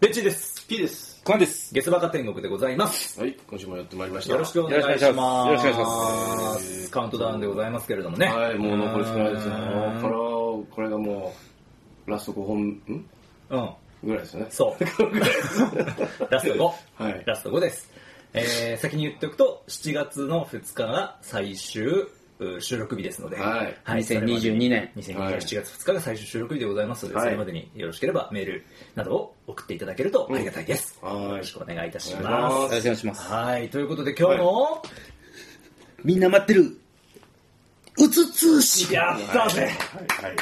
ベッチーです。 P です。クワンです。ゲスバカ天国でございます。はい、今週もやってまいりました。よろしくお願いします。。よろしくお願いしますカウントダウンでございますけれどもね。はい、もう残り少ないですよ。うこーんれを、これがもう、ラスト5本、んうん。ぐらいですよね。そう。 ラスト5。はいラスト5です。えー、先に言っておくと、7月の2日が最終う収録日ですので、はい2022年2022はい年7月2日が最終収録日でございますので、はいそれまでによろしければメールなどを送っていただけるとありがたいです。うんはいよろしくお願いいたしお願いしま。ますよろしくお願いします。はい、ということで今日の、みんな待ってる。うつ通信。やったぜ、はい、はい。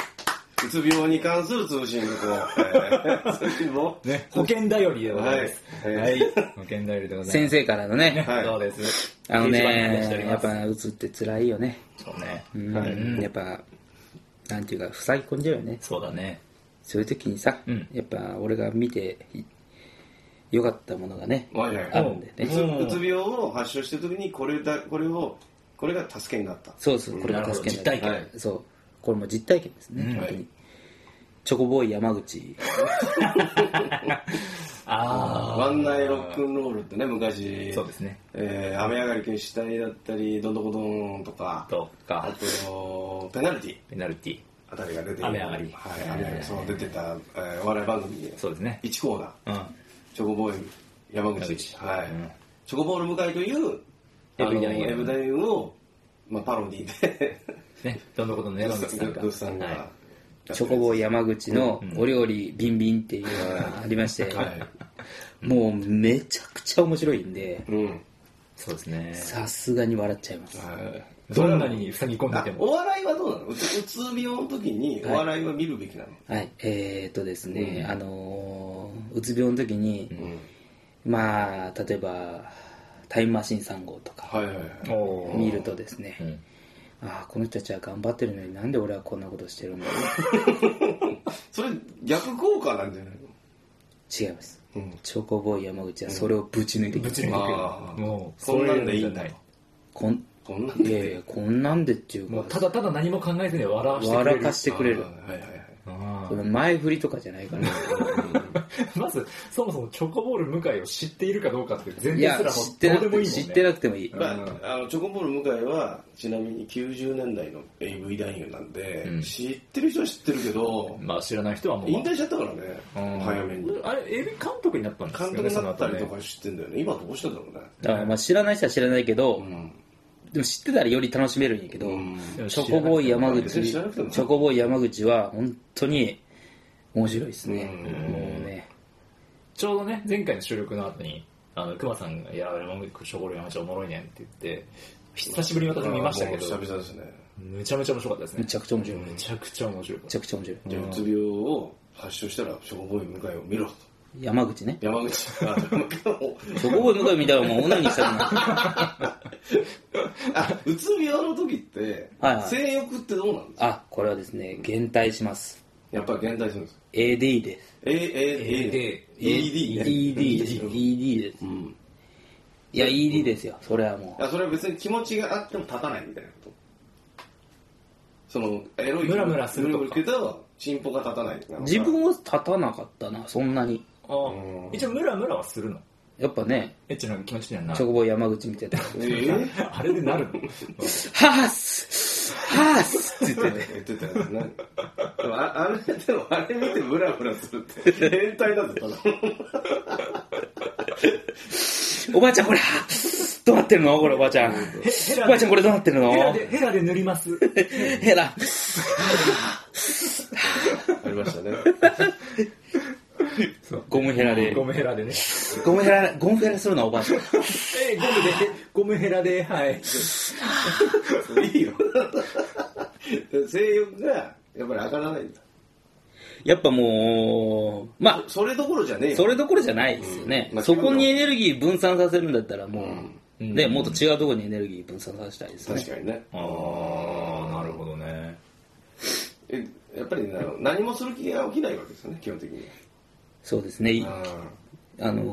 うつ病に関する通信のこう、えー通信も、ね、保険頼りでございます。はい 保険頼りでございます。先生からのね、はいそうです。あの掲示板に出しており、ねやまっすぱうつって辛いよね。そうね。うん、はいやっぱ、なんていうか、塞ぎ込んじゃうよね。そうだね。そういう時にさ、うんやっぱ俺が見ていよかったものがね、はいはいあるんでうねつ。うつ病を発症してる時に、これだ、これを、これが助けになった。そうそう、これが助けになるなるほど実体そう。これも実体験ですね、うん本当にはいチョコボーイ山口。あワンナイロックンロールってね、昔、そうですね。えー雨上がり決死隊だったり、どんどこどんとあか、とあか、と、ペナルティ。ペナルティ。あたりが出て雨上がりはい、雨上がりそう出てた、えー、お笑い番組でそうですね。 1コーナーうん。チョコボーイ山山口口はい、うんチョコボール向井というエブリあダのインエブダインを、まあ、パロディでね、どんなことのグね、どんなことッズさんが、はチョコボーイ山口のうんお料理ビンビンっていうのがありまして、はいもうめちゃくちゃ面白いんで、うん、そうですね。さすがに笑っちゃいます。はいどんなに塞ぎ込んでいあても。お笑いはどうなのうつうつ病の時にお笑いは見るべきなの、はい、えー、っとですね、うんあのーうつ病の時に、うん、まあ、例えば、タイムマシーン3号とかはいはいはいおー見るとですね、うんああ、この人たちは頑張ってるのになんで俺はこんなことしてるんだろそれ逆効果なんじゃないのう。違います。うんチョコボーイ山口はそれをぶち抜いてきぶまち抜すいてくるあーもう、そんなんでいいそうんうのじゃなだよい。こんこんなんいでやいや、こんなんでっていうか、もう、ただただ何も考えずに笑わしてくれる。笑かしてくれるあ。ーはいはいはいあこーの前振りとかじゃないから。まず、そもそもチョコボール向井を知っているかどうかって全い然やすら、も知うってどなうでくもいいてもんね。知ってなくてもいい。まあ、あのチョコボール向井はちなみに90年代の AV 男優なんで、うん知ってる人は知ってるけど、まあ知らない人はもう、引退しちゃったからね、うん早めにあれ、エビ監督になったんですよ監ね、督になったりとその後ねか知ってんだよね今どうしてんだろうねだからまあ知らない人は知らないけど、うん、でも知ってたらより楽しめるんやけど、うんでもチョコボーイ山口、知チらなくてもョコボーイ山口は本当に面白いですね。うんもうね。ちょうどね、前回の収録の後に、あの、熊さんが、いや、山口チョコボール山口おもろいねんって言って、久しぶりに私見ましたけもうど久、々ですねめちゃめちゃ面白かったですね。めちゃくちゃ面白いめちゃくちゃ面白かっめちた。ゃくちゃ面白い。じゃあうつ病を発症したらチョコボーイ向井を見ろと山口ね。山口 あチョコボーイ向かい見たらもう女にしたく なる。あうつ病の時って、はいはい性欲ってどうなんですかあ、これはですね、減退します。やっぱり現代するんです AD です。 A A A D ED です。ED です。んいや、ED ですよ。それはもう。あそれは別に気持ちがあっても立たないみたいなことそのエロいムラムラするとかムラムラけどチンポが立たないなのか自分は立たなかったな、そんなに。あー一応、ムラムラはするの。やっぱね、エッチな気持ちにはなチョる。コボーイ山口見て たら、えー、あれでなるのハースハースって言ってて。言ってたよねでもああれでもあれ見てムラムラするって変態だぞただ おばあちゃんこれ、どうなってるのこれおばあちゃん。おばあちゃんこれどうなってるのヘラで、ヘラで塗ります。ヘラ。ありましたねゴムヘラで。ゴムヘラでね。ゴムヘラ、ゴムヘラするのおばあちゃん。えーゴムで、ゴムヘラで、はい。いいよ性欲がやっぱり上がらないんだやっぱもう、まそれどころじゃねえあ、よそれどころじゃないですよねうんま。あそこにエネルギー分散させるんだったらもう、うんね、もっと違うところにエネルギー分散させたいですね確。かにねあー、なるほどね。えやっぱりな何もする気が起きないわけですよね基本的にそうですね。あーあの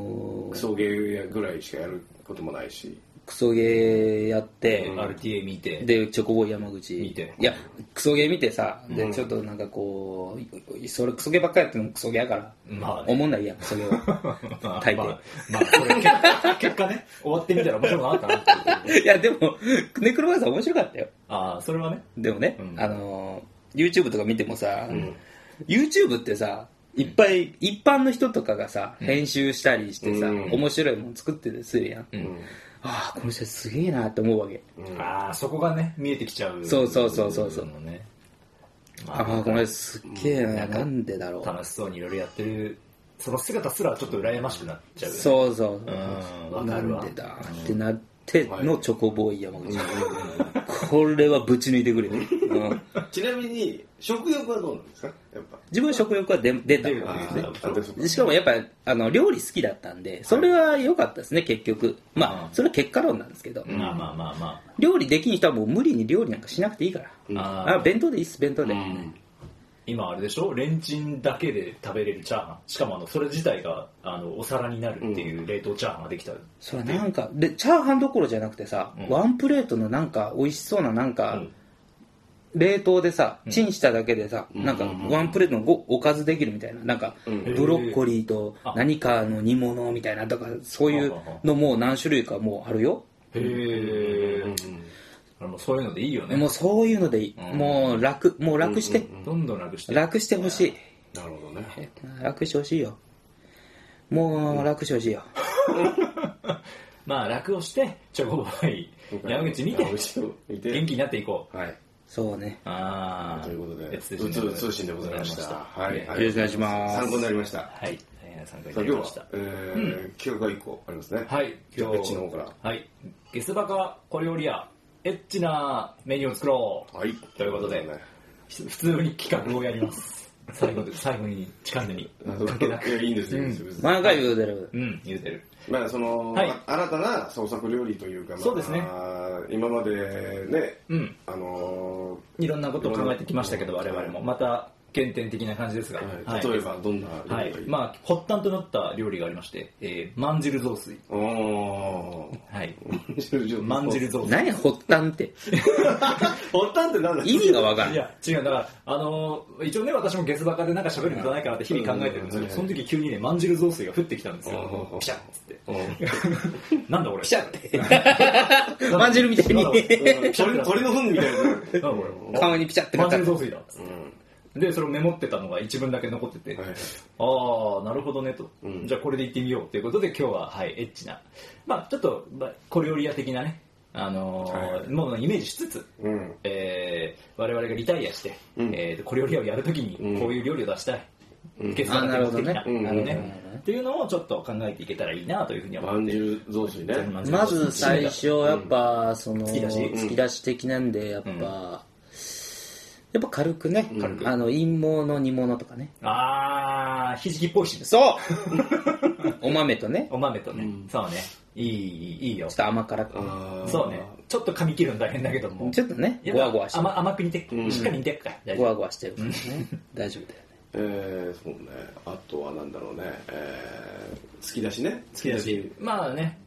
クー、ソゲーぐらいしかやることもないしクソゲーやって、 RTA 見て。でチョコボーイ山口見ていやクソゲー見てさでちょっとなんかこういそれクソゲーばっかりやってもクソゲーやから、まあねおもんないやんクソゲーは まあ、大抵まあ、まあ、これ結果、 結果ね、終わってみたら面白くなかったなっていう。いやでもネクロマンサー面白かったよああ、それはね。でもね、うんあのー YouTube とか見てもさ、YouTube ってさいっぱい、一般の人とかがさ編集したりしてさ、うん面白いもの作っててするやん、うんああこの人すげえなって思うわけああ、そこがね、見えてきちゃう。そうそうそうそうそうのね。まああこの人すっげえな、なんかなんでだろう楽しそうにいろいろやってる、その姿すらちょっと羨ましくなっちゃう。う。そうそうそううん、わなかるんわ。でだってなってのチョコボーイ山口、これはぶち抜いてくれ よ、うんちなみに、食欲はどうなんですかやっぱ。自分は食欲は出出た出るああーーでそっかでしかもやっぱあの料理好きだったんでそれは良かったですね結局まあうんそれは結果論なんですけど、まあまあまあま料理できん人はもう無理に料理なんかしなくていいから、あ。ああー弁当でいいっす弁当で、今あれでしょレンチンだけで食べれるチャーハン。しかもあの、それ自体が、あの、お皿になるっていう冷凍チャーハンができた。それなんかでチャーハンどころじゃなくてさ、ワンプレートのなんか美味しそうななんか、うん冷凍でさチンしただけでさ、なんかワンプレートのごおかずできるみたいななんかブロッコリーとあ何かの煮物みたいなとかそういうのもう何種類かもうあるよへえ。あもうそういうのでいいよね。もうそういうのでいい、うんもう楽もう楽して、どんどん楽して。楽してほしいなるほどね。楽してほしいよもう楽してほしいよ、まあ楽をして、チョコボーイ、山口見て、山元口を見て。気になっていこう。はい。そうねああ。ということで、別うつ通信でございました。はい。ねあよろりしくがとうお願いしござます参考になりました。さはい。大変参加いあただき今日まはした、。えー、企画が一個ありますね。はい。じゃあこっちの方から。はい。ゲスバカ小料理屋、エッチなメニューを作ろう。はい。ということで、ひ普通に企画をやります。最後で、最後に、近くに。かけない。いや、いいんですよ、いいんですよ。別に毎回言うてるうん、言うてる。まあその、はいあ新たな創作料理というか、まあそうですね今までね、うん。あのいろんなことを考えてきましたけど、うん我々も。また、原点的な感じですが。ーはい例えばどんな料理がはいいい、。まあ発端となった料理がありまして、えー、まんじる雑炊。あ、おーはい。ままんじる雑炊。何や発端って発端って何だ意味がわからいんや、違う、だから、あのー一応ね、私もゲスバカでなんか喋るんじゃないかなって日々考えてるんですけど、その時急にね、まんじる雑炊が降ってきたんですうよん。ピシャッつって。うん なんだ俺。ピシャって。まんじるみたいにうん鳥 の鳥の糞みたいな。なんだこれ。顔にピチャってまなんっじたる雑炊だっつって。で、それをメモってたのが一文だけ残ってて、はいああ、なるほどねと、じゃあこれで行ってみようということで、今日は、はい、エッチな、まあちょっと、まあ、小料理屋的なね、あのーはいものをイメージしつつ、うんえー我々がリタイアして、うんえー小料理屋をやるときに、こういう料理を出したい。ゲストあなるほどね的な、あのねうんうんうんっていうのをちょっと考えていけたらいいなというふうに思まんじる雑炊ね。う。まず最初やっぱその突き出し突き出し的なんでやっうんぱやっぱ軽くね軽くあの陰謀の煮物とかねああ、ひじきっぽいしね、そう お豆とねお豆とね、そうね、いい、いいいいよちょっ。と甘辛くあーそうね。、ちょっと噛み切るの大変だけども。ちょっとねいやごわごわして甘甘く煮てっかうんしっかり煮てっか。大ご丈わごわしてるからね大丈夫だよねえー、そうね。あとはなんだろうね。えー、突き出しね。夫。好きだし。まあね。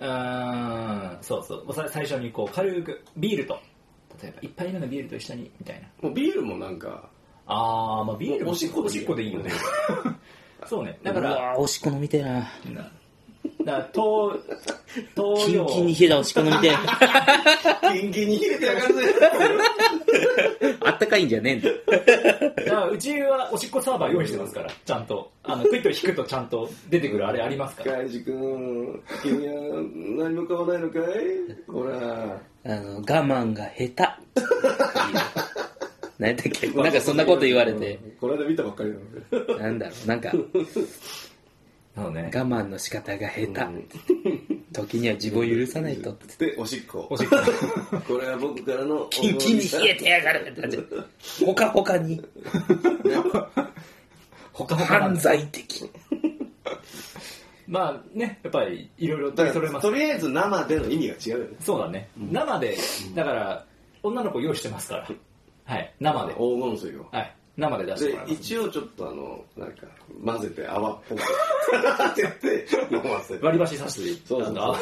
うーん、そうそう。さ最初にこう、軽く、ビールと、例えば、一杯目のビールと一緒に、みたいな。もうビールもなんか、あー、まあビールもおしっこでいいおしっこでいいよね。そうね。だかうら、わーおしっこ飲みてえななだから、東、東キ洋ン、キンに冷えたおしっこ飲みて えキンキンに冷えてやがるぜ。あったかいんじゃねえんだだからうちはおしっこサーバー用意してますから、ちゃんと。あの、クイッと引くとちゃんと出てくるあれあります から。カイジ君、君は何も買わないのかいほら。あの我慢が下 手何やったっけなんかそんなこと言われて。この間見たばっかりなので。 なんだろうなんかそうね。我慢の仕方が下手、時には自分を許さないとで、おしっこ。おしっこ。 これは僕からの。キンキンに冷えてやがるってなっちゃうほかほかに ほかほかなん犯だ罪的まあね、やっぱりいろいろだ取り揃かえらますと。りあえず生での意味が違うよね。そうだね。生で、だから、女の子用意してますから。はい、生で。黄金水を。はい、生で出してもらいで、ます。一応ちょっとあの、なんか、混ぜて泡っぽく。って言って、飲ませる。割り箸させて、そうそうあのあ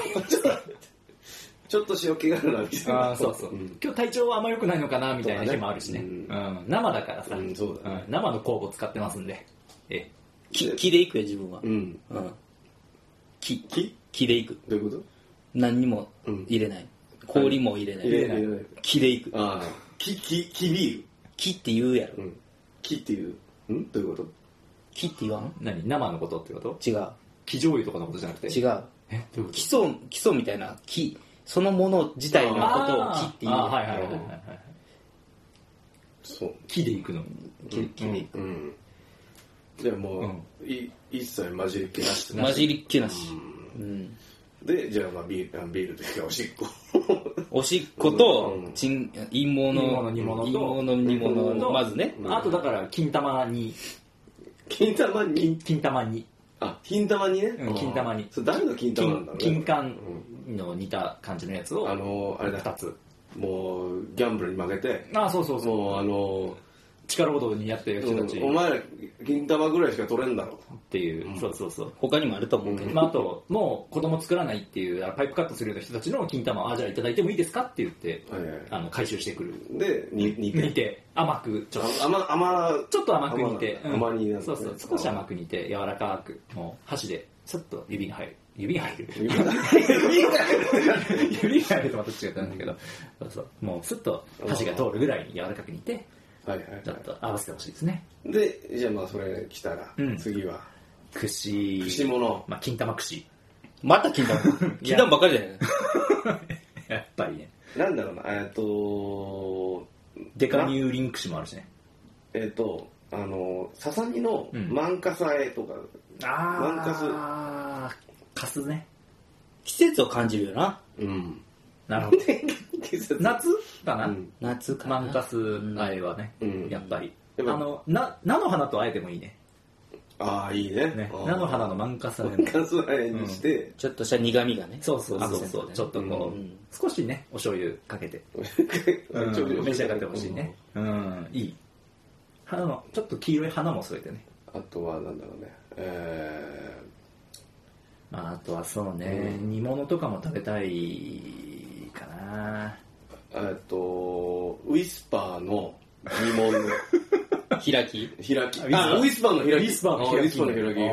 ちょっと塩気があるなみたいあなーそうそう、ん今日体調はあんま良くないのかなみたいなそうだ日ねもあるしねうんうん生だからさ、うんそうだねん生の酵母使ってますんでええ木木でいくよ自分はうんうん木木木でいくどういうこと何にも入れない氷も入れな入れいない入れない木でいくああ木木木ビ木って言うやール、ろうん、木っていうんどういうこと木って言わん何生のことってこと違う生醤油とかのことじゃなくて違うえどういうこ基と礎基礎みたいな木そのもの自体のことを木って言うあーはいはいはいはいはいそう木で行くの木木でいくうんじゃあもう、い一切混じりっけなしで混じりっけなしうんでじゃあまあビールあビールというかおしっこおしっことうんちん陰謀の陰謀の煮物と陰謀の煮物とのまずねあとだから金玉に金玉に金金玉にあ金玉にね、うん金玉にそれ誰の金玉なん金だろうね金柑の似た感じのやつをあのーあれだ2つもうギャンブルに負けてああそうそうそうもうあの力ごとにやってる人たちーうんお前ら金玉ぐらいしか取れんだろっていう、そうそうそう他にもあると思うけどまあ、あと、もう子供作らないっていう、あのパイプカットするような人たちの金玉を、あ、じゃあいただいてもいいですかって言って、はいはいあの回収してくる。でに煮煮てて、甘く、ちょっあ甘甘と、ちょっと甘く煮て、甘甘煮なんだねそうそう、少し甘く煮て、柔らかく、もう箸で、ちょっと指に入る。指に 入る指が指が指に入るとまた違ったんだけど、そうそう、もうスッと箸が通るぐらいに柔らかく煮て、はいはいちょっと合わせてほしいですね。はいでじゃあまあそれ来たら、うん次は串。串物まあ、金玉串。また 金玉金玉ばっかりじゃないやっぱりね。なんだろうなえっとデカニューリン串もあるしね。えっとあのささみのうん満カサエとか、ワンカスあー、カスね。季節を感じるよなうん、なるほど。季節 夏かな、うん夏かマンカなスあえはね、うんやっぱり。あやっぱの、な、菜の花とあえてもいいね。ああいいねねあー菜の花のマンカスあえ満カサエにして、ちょっとした苦味がねそうそうそうそそうう、ちょっとこう、うん少しね、お醤油かけて、うんちょっと召し上がってほしいね。うん、いい。花の、ちょっと黄色い花も添えてね。あとはなんだろうねえまあ、あとはそうね、煮物とかも食べたいかな。ーえっとウィスパーの疑問の開き開きああウィスパーの開きウィスパーの開きあウィスパーの開きあー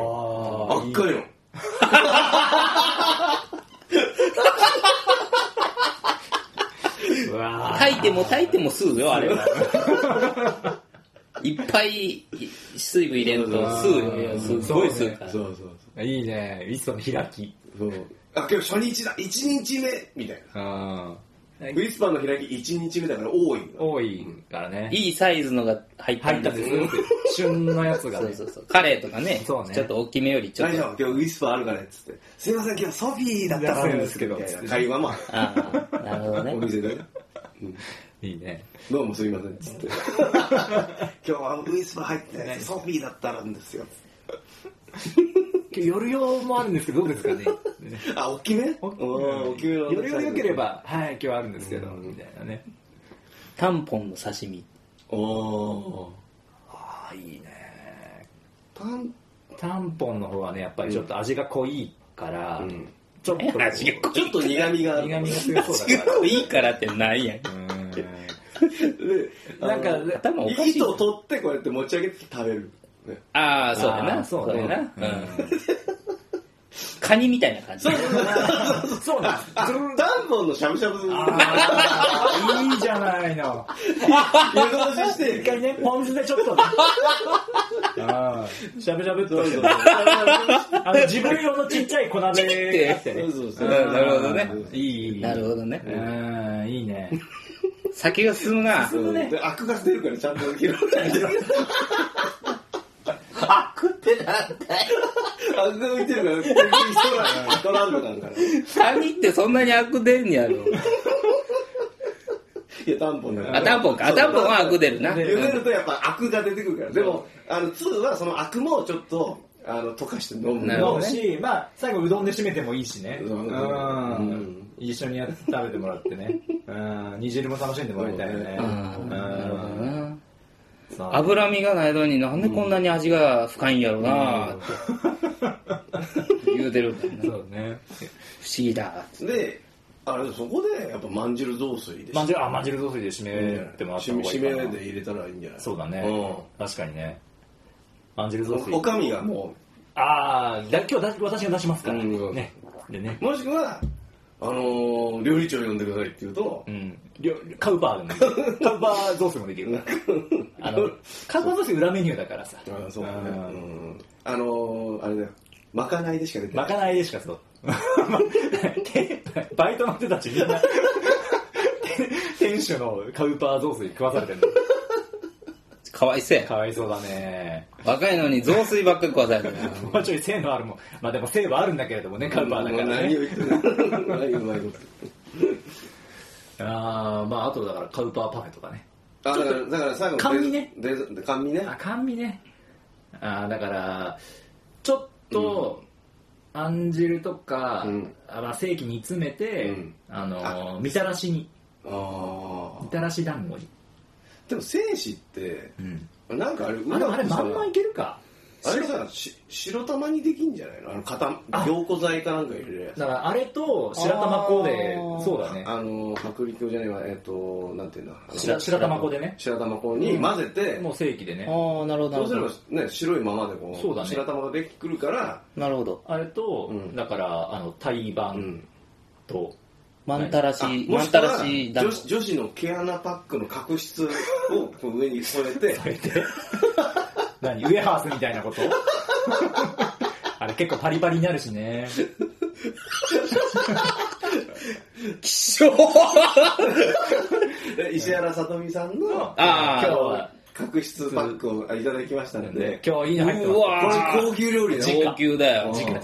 あっかいのうわ炊いても炊いても吸うよあれ はいっぱい水分入れると吸うよすごい吸うからそうそうそうーいいね、いっその開き。そうあ今日初日だ1日目みたいなうん。ウィスパーの開き1日目だから多いんだ多いからね。いいサイズのが入った入んったでんすでよすよ。旬のやつがそねう。そうそうカレーとかねそうねちょっと大きめよりちょっ大丈と夫今日ウィスパーあるからっつってすいません今日ソフィーだったんですけどだっみたたんですけどいな会話もあああなるほ るおどね店 でいいね。どうもすいませんっつって 今日はウィスパー入ってないソフィーだったんですよ夜用もあるんですけど、どうですかね。あ大きめうん大きめの夜用良ければ、はい、今日はあるんですけど、みたいなね。タンポンの刺身おおああ、いいね。パンタンポンの方はね、やっぱりちょっと味が濃いから、んちょ っと、苦味がちょっと苦味がある味が強そうだか結構いいからってないやんら。うであのん。なんか、頭おかしい糸を取ってこうやって持ち上げて食べるねああそうだあなーそそううだねなうんカニみたいな感じうんそうなん です。あダンボンのしゃぶしゃぶあーいいじゃないの。湯通しして一回ね、ポン酢でちょっとね。ああ、しゃぶしゃぶっとそうそうそあの自分用のちっちゃい粉であってねうそうそううんなるほどねいいいいなるほどねうんいいね酒が進むなむねでアクが出るからちゃんと拾うからあくってなんだよアクが浮いてるから結局人が取らんのなんからいカニってそんなにアク出んやろやダンボンだかあ、らタンポンか。あ、タンポンはアク出るな。茹でるとやっぱアクが出てくるからでもあの2はそのアクもちょっとあの溶かして飲むなるほ思どうねしまあ最後うどんで締めてもいいしねううんん一緒にやって食べてもらってねうん煮汁も楽しんでもらいたいよねあーなるほうどんな。さあ脂身がないのになんでこんなに味が深いんやろなって言うてるんだよなそうね不思議だ。であれそこでやっぱまんじる雑炊でまんじゅうあまんじゅう雑炊で締めてもらった方締めがいい締かな、めで入れたらいいんじゃないそうだね、う確かにねまんじゅう雑んお炊かみがもああだ今日だ私が出しますから、うんねでねうもしくはあのー料理長呼んでくださいって言うとうん、りょカウパーでもできる カウパー雑炊もできるからあのカウパー雑炊裏メニューだからさあそうだうねんうんあのーあれだよまかないでしか出てまないかないでしかそう バイトの人たちみんな 店主のカウパー雑炊食わされてるかわいせえのかわいそうだね若いのに雑炊ばっかり食わされてるもうちょい性のあるもんまあでも性はあるんだけれどもねカウパーだから何ねを言ってるの何をうまいことああまああとだからカウパーパフェとかねあだからだから最後甘味ねデザデザ甘味ねあ甘味ねあーだからちょっと、あん汁とか、うんあまあ、正規に詰めて、うんあのーみたらしにあみたらし団子に、ーでも精子ってなんかあれうあでもあれくさまんまいけるかあれさし白玉にできんじゃないのあの固あ凝固剤かなんか入れるやつだからあれと白玉粉であーそうだねあの薄力粉じゃないわえっ、となんていうんだあの白白玉粉でね白玉粉に混ぜて、もう正規でねああなるほどなそうすれるほどばね白いままでこそうだね白玉ができてくるからなるほどあれと、うんだからあの台う盤んと、マンタラあシもマしンくタはラシ団女子子女子の毛穴パックの角質をこう上に添え て添えて何ウエハースみたいなこと あれ結構パリパリになるしねで石原さとみさんのあー今日は角質パックをあいただきましたので、今日いいの入ってますうわこれ高級料理だよ高級だよ直直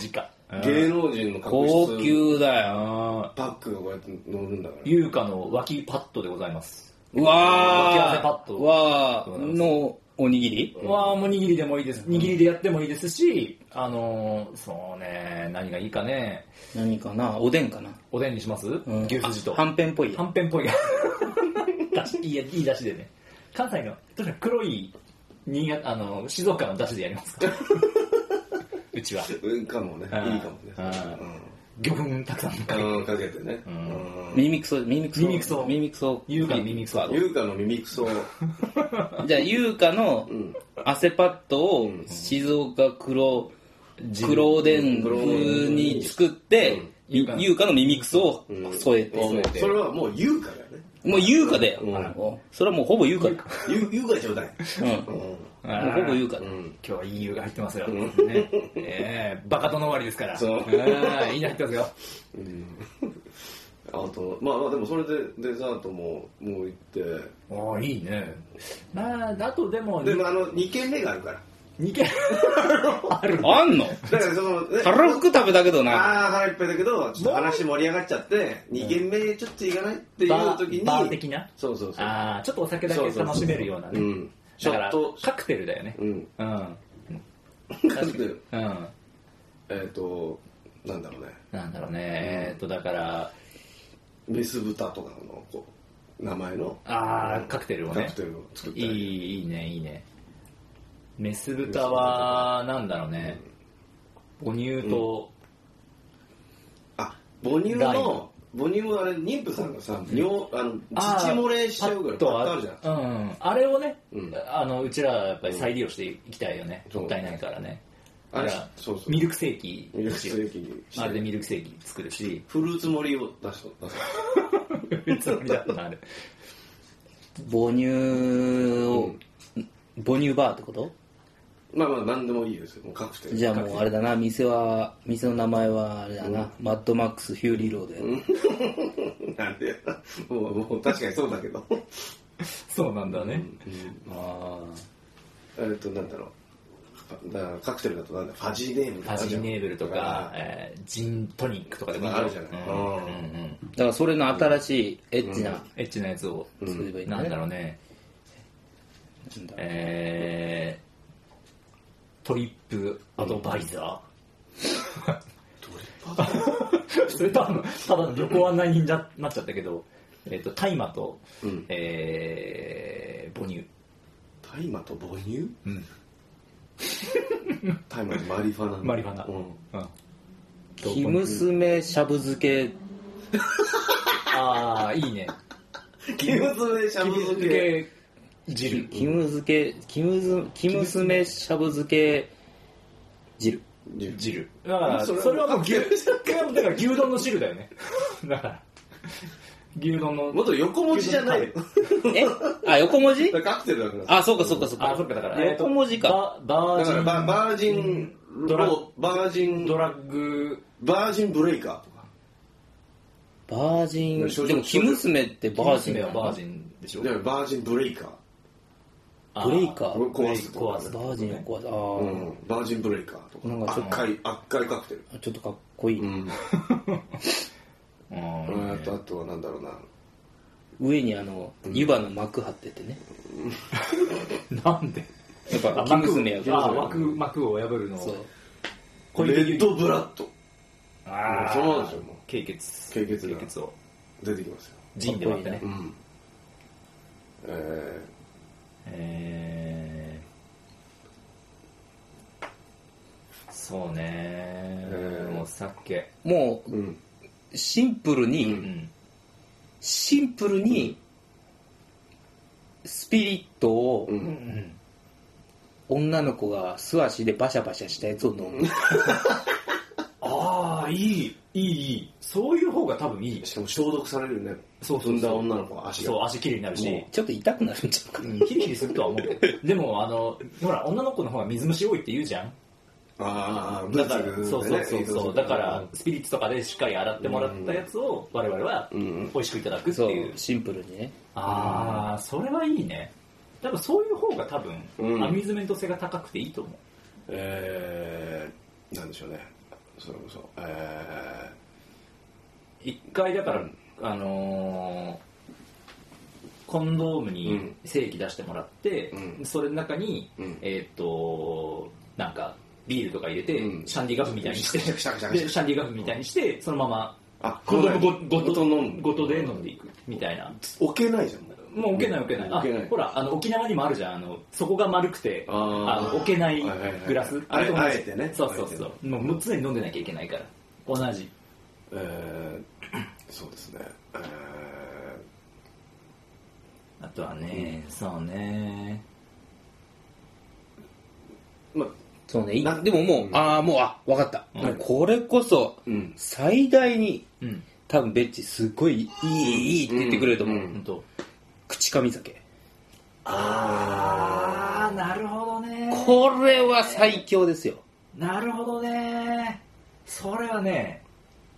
芸能人の角高質級だよパックがこうやって乗るんだから優香の脇パッドでございますうわ脇汗パッードわーのおにぎりわあもう握りでもいいです握りでやってもいいですしあのーそうね何がいいかね何かなおでんかなおでんにしますうん牛すじとあはんぺんっぽいはんぺんっぽいが だしいいやいいだしでね関西のとにかく黒い新潟あの静岡のだしでやりますから うちはうんかもねうんいいかもね魚粉たくさんうんうんかけてねんうん耳くそ耳くそ耳くそ耳くそ優香の耳くそと優香の耳くそじゃあ優香のうん汗パッドを静岡黒黒おでん風に作ってうん優香の耳くそを添えてもうそれはもう優香だよねもう優香だようそれはもうほぼ優香だよゆ優香ちょうだいうんうもんうほぼ優香うだよん今日はいい湯が入ってますよ。ね、ええバカ殿終わりですから。そううんいいの入ってますよ。あとまあまあでもそれでデザートももう行っておーいいね。まあ、だとでも、でもあの2軒目があるから2軒ある。あ んのだからその ねたらふく食べたけどなああ腹いっぱいだけどちょっと話盛り上がっちゃって2軒目ちょっと行かないっていうバー時にバー的なそうそうそうああ、ちょっとお酒だけ楽しめるようなうね。んちだょかっらと、カクテルだよねう。んうん。だう ってん。えっ、となんだろうねなんだろうね。えーっと、だから、メス豚とかのこう名前のああ、カクテルをカねク。テルを作ったいりい、いいね、いいね。メス豚は、なんだろうね。母乳と、あ母乳ライの母乳はあれ妊婦さんがさ尿あの乳漏れしちゃうからパッパッととああるるじじゃゃんん、うん、あれをね、うんあのうちらはやっぱり再利用していきたいよね、うんもったいないからねあれだからそうそうミルクセーキミルクセーキにしあれでてミルクセーキ作る しフルーツ盛りを出しとったつもりだったなあれ母乳を母乳バーってことまあまあ何でもいいですよもう確定じゃあもうあれだな店は店の名前はあれだなマッドマックスフューリーローで なんでもうもう確かにそうだけど そうなんだね、あえっとなんだろうだからカクテルだとなんだファジーネーブルファジーネーブルとか、えージントニックとかでもいいよあるじゃないうんうんうんうんーだからそれの新しいエッチなエッチなやつを、すればいいんなんだだねろうねなんだえー、トリップアドバイザー、 それただのただの旅行案内人だなっちゃったけど、えっと大麻と、うんえー母乳、大麻と母乳大麻とマリファナマリファナ、うんうん生娘しゃぶ漬けああ、いいね。キムツメしゃぶ漬け。け汁。キム漬け、キムズ、キムスメしゃぶ漬け汁。汁。だから、そそれれははもう牛、それはもうだから牛丼の汁だよね。 だから、牛丼もっの、と横文字じゃないよ。えあ、横文字だからカクテルだから。あ、そうかそうかそうか。あ、そっか、だから、えーと横文字か。ババだージからン、ババージンドラロー、バージンド、ラッグ、バージンブレイカーとか。バージ少々ン。でも、キムスメってバージンはだな。バージンでしょだ。からバージンブレイカー。あブレイカー壊すとか壊すバージンを壊す。あうーん、バージンブレイカーとなんかかちょっと赤い赤いカクテルちょっとかっこいい。うんうんあとあとはなんだろうな上にあの、湯葉の膜張っててね。なんでやっぱ、あキムスメや幕あから。枠幕を破るのそう。小レ池ッドブラッドああそうなんですよもう経血経血だ経血を出てきますよジンで割ってねう、んええー、そうねうんもう酒もー、うんう、シンプルに、うんシンプルに、スピリットを、ううんん女の子が素足でバシャバシャしたやつを飲む。ああいいいいいいそういう方が多分いいしかも消毒されるねそうそうそう踏んだ女の子は足がそう足きれいになるしちょっと痛くなるんちゃうかうんキリキリするとは思う けどでもあのほら女の子の方が水虫多いって言うじゃんああだから、そうそうそうそう、だから、スピリッツとかでしっかり洗ってもらったやつを、我々はうん、美味しくいただくってそういう。、シンプルにね。ああ、それはいいね。多分そういう方が多分、うんアミューズメント性が高くていいと思う。えー、なんでしょうねそれこそえ一回だから、うんあのーコンドームうにん正規出してもらって、うんそれの中に、うんえーっとなんかビールとか入れて、うんシャンディガフみたいにしてシャカシャカシャカシャカでシャンディガフみたいにしてそのままー、あコンドームごごごと飲むごとで飲んでいくみたいな置けないじゃんもうもう置けない置けない。置けないあほら、あの、沖縄にもあるじゃん。あの、底が丸くて、ああーの置けないはいはいはいグラス。あれと同じあえてねそうそうそう。もうもう常に飲んでなきゃいけないから。同じ。えー、そうですねえーあとはね、そうね。まあ、そうね。いなでももう、ああ、もう、あ、わかった。うんもうこれこそ、うん。最大に、うん。多分ベッチすっごいいい、いいって言ってくれると思う。うんほんと。口噛み酒。あー、なるほどね。これは最強ですよ。なるほどね。それはね、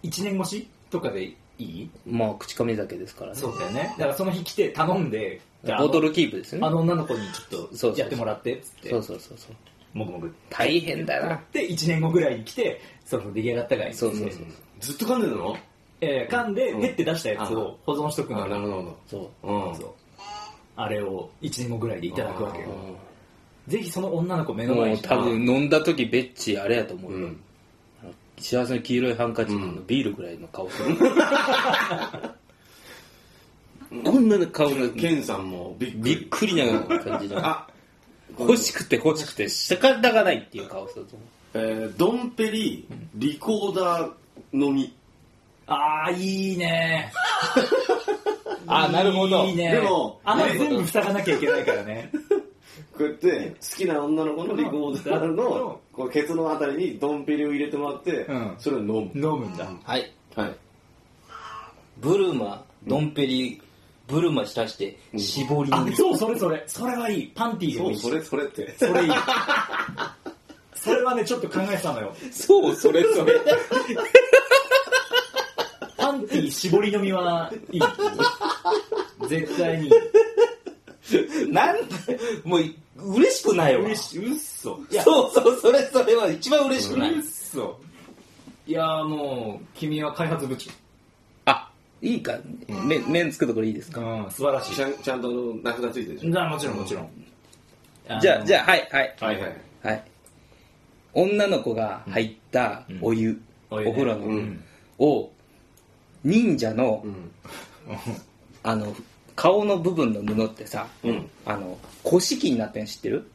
1年越しとかでいいまあ、口噛み酒ですからね。そうだよね。だからその日来て頼んで、じゃああのボトルキープですよあね。の女の子にちょそうそっうとやってもらって、つってそ。うそうそうそう。もぐもぐ。大変だな。で、1年後ぐらいに来て、その出来上がったがいい。そうそうそう。ずっと噛んでるのえー噛んで、ペッて出したやつを保存しとくのあ、なよるほど。そう。うん。そうあれを1年後ぐらいでいただくわけよあ。ぜひその女の子目の前もうに多分飲んだ時ベッチあれやと思ううよ、ん。あの幸せの黄色いハンカチのビールぐらいの顔する、 こんなの顔のケンさんもびっくびっり。くりな感じのあ、欲しくて欲しくて仕方がないっていう顔すると思えー、ドンペリ、リコーダーのみ。ああいいねう あなるほどいいねでも穴ね全部塞がなきゃいけないからねこうやって、好きな女の子のリコーダーの、こう、ケツのあたりにドンペリを入れてもらってうん、それを飲む。飲むんだはいはい。ブルマドンペリブルマしたして絞りあそうそれそれそれはいいパンティーでそ、もいういしそれ、それって。それいいそれはねちょっと考えてたのよそうそれそれパンティー絞り飲みはいい絶対に なんでもう嬉しくないわ嬉しいうっそいやそうそうそれそれは一番嬉しくないうっそいやーもう君は開発部長あいいか、麺麺つくところいいですかうん素晴らしちゃん、ちゃんと名札ついてるいじじゃあもちろんもちろんじゃあ、じゃゃあ、はい、はい、ゃん。はいはい。はい。女の子が入ったお湯、うんおお湯ね風呂の、うんを、忍者の、うん。あの、顔の部分の布ってさ、うん。あの、古式になってんの知ってる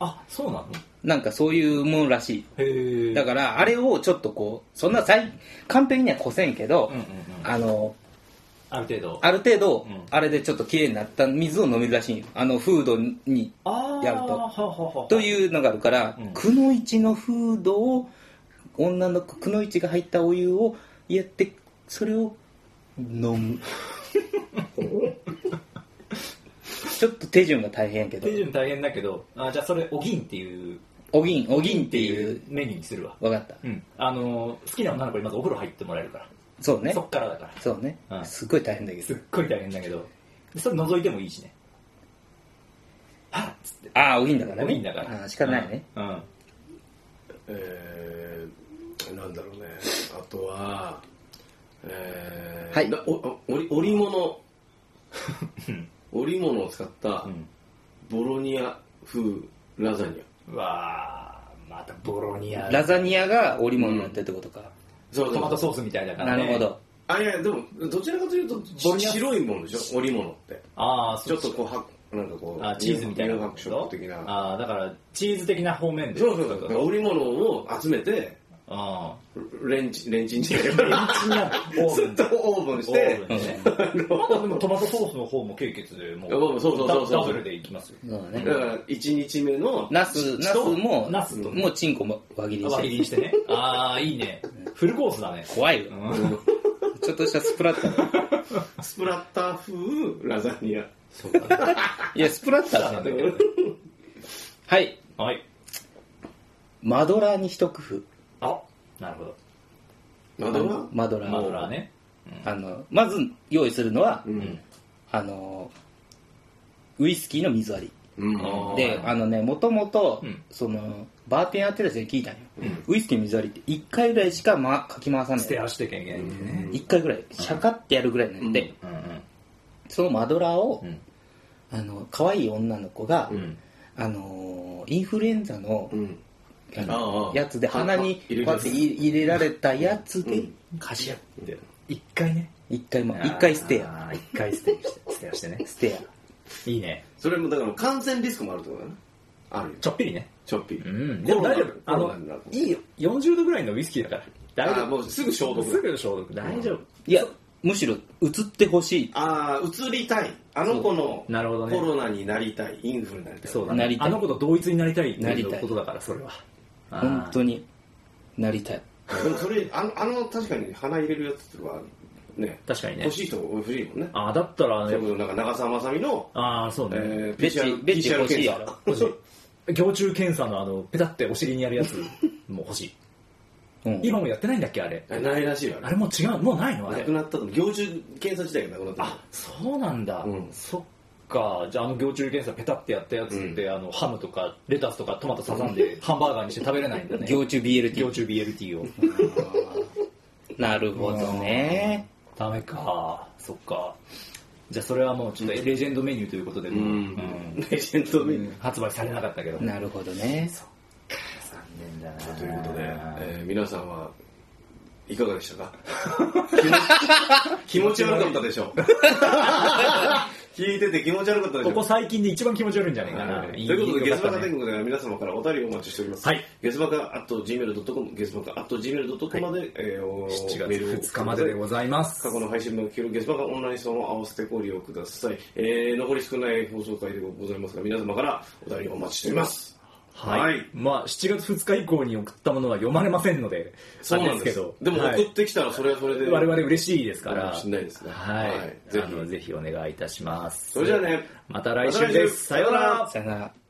あそうなのなんかそういうものらしへい。えだから、あれをちょっとこう、そんな最、完璧にはこせんけど、うんうんうんあの、ある程度ある程度うん、あれでちょっと綺麗になった水を飲めるらしいんよあの、フードにあーやるとはあはあはあというのがあるから、うんくのいちのフードを女の子くのいちが入ったお湯をやってそれを飲む ちょっと手順が大変やけど手順大変だけどあじゃあそれおぎんっていうおぎんおぎんっていうメニューにするわわかったうんあの好きな女の子にまずお風呂入ってもらえるから、そうねそっからだからそうね、うんすっごい大変だけすどっごい大変だけどそれ覗いてもいいしねはっつってああおぎんだからねおぎんだからああ仕方ないね、うんえー、なんだろうね。あとは、えー、はいなおお織織 物。織物を使ったうんボロニア風ラザニア。うわあまたボロニアラザニアが織物になってるってことか、そうトマトそう。ソースみたいだから、なね、るほどあ、いや、でも、どちらかというと、ちボロニア白いものでしょ織物って。ああちそょっとこう、はなんかこう、あチーズみたいな乳白色的な。ああだからチーズ的な方面でそうそうそう。う織物を集めて、あレンチン、レンチンじゃないあ オーずブっンとオーブンしオてー、ブンね まだでもトマトソースの方も経血でもいやもうそうそうそうそうダダブルでいきますよそうだねから1日目のナスナスもナスともうチンコも輪切りにし輪て切りにしてねああいいねフルコースだね怖いよ、うんちょっとしたスプラッターだよスプラッター風ラザニア。いやスプラッターだよはいはいマドラーに一工夫あなるほどなどはマドラーマドラーねあのまず用意するのは、うん。あのウイスキーの水割うん。ありーであのねもともとうんそのバーテンやってた人に聞いたんよ、うんウイスキーの水割りって1回ぐらいしか、ま、かき回さな捨てい足してきゃいけないんでね1回ぐらいシャカってやるぐらいなんで、うんうんそのマドラーを、うんあの可愛い女の子が、うんあのインフルエンザのうん。あのああやつであ鼻にあ入れるこうやって入れられたやつうでんかしらで一回ね一回ま一回捨てやあー一回捨てして捨て足してね捨てやいいねそれもだから感染リスクもあるってことだね。あるよ。ちょっぴりねちょっぴり。うんでも大丈夫あコロのナになるいいよ40度ぐらいのウイスキーだから大あ丈ー夫もうすぐ消毒すぐ消毒大丈夫いやむしろ移ってほしいああ、移りたい。あの子のなるほどねコロナになりたい。インフルになりたい。そうだなねりたいあの子と同一になりたいってないりたういことだからそれはあー本当になりたいでもそれ、あの、あの確かに鼻入れるやつってのは、ね。確かにね欲しい人欲しいもんね。あーだったらそねれこそなんか長澤まさみの、ああそうねえー、ベッチ PCR ベッチ PCR 欲しいや検査ろ欲しい胸中検査のあのペタってお尻にやるやつも欲しいうん今もやってないんだっけあれあないらしいよ。あれあれもう違うもうないのあなれくなったと行中検査自体がなくなったあそうなんだ、うんそっかじゃああの行中検査ペタってやったやつって、あのハムとかレタスとかトマト挟ん でハンバーガーにして食べれないんだね行中 BLT 行中 BLT をなるほどねダメかそっかじゃあそれはもうちょっとレジェンドメニューということでもう、うんレジェンドメニュー発売されなかったけど残なるほどね念だなということで、えー皆さんはいかがでしたか気持ち悪かったでしょう 聞いてて気持ち悪かったでしょこうこ最近で一番気持ち悪いんじゃないかな、はいということで、よゲスかバったカね天国では皆様からお便りをお待ちしております。はいゲスバカ at gmail.com、ゲスバカ at gmail.com まで、えーお7メールを月2日まででございます過去の配信も聞けるゲスバカオンラインストアも合わせてご利用ください。えー残り少ない放送回でございますが、皆様からお便りをお待ちしております。はい、はいまあ7月2日以降に送ったものは読まれませんのでそうなんですあれけどでもは送いってきたらそれはそれで。我々嬉しいですかからもしれないですねはい、はいぜひあのぜひお願いいたしますそれじゃあね。また来週ですさまた来週ようならさよなら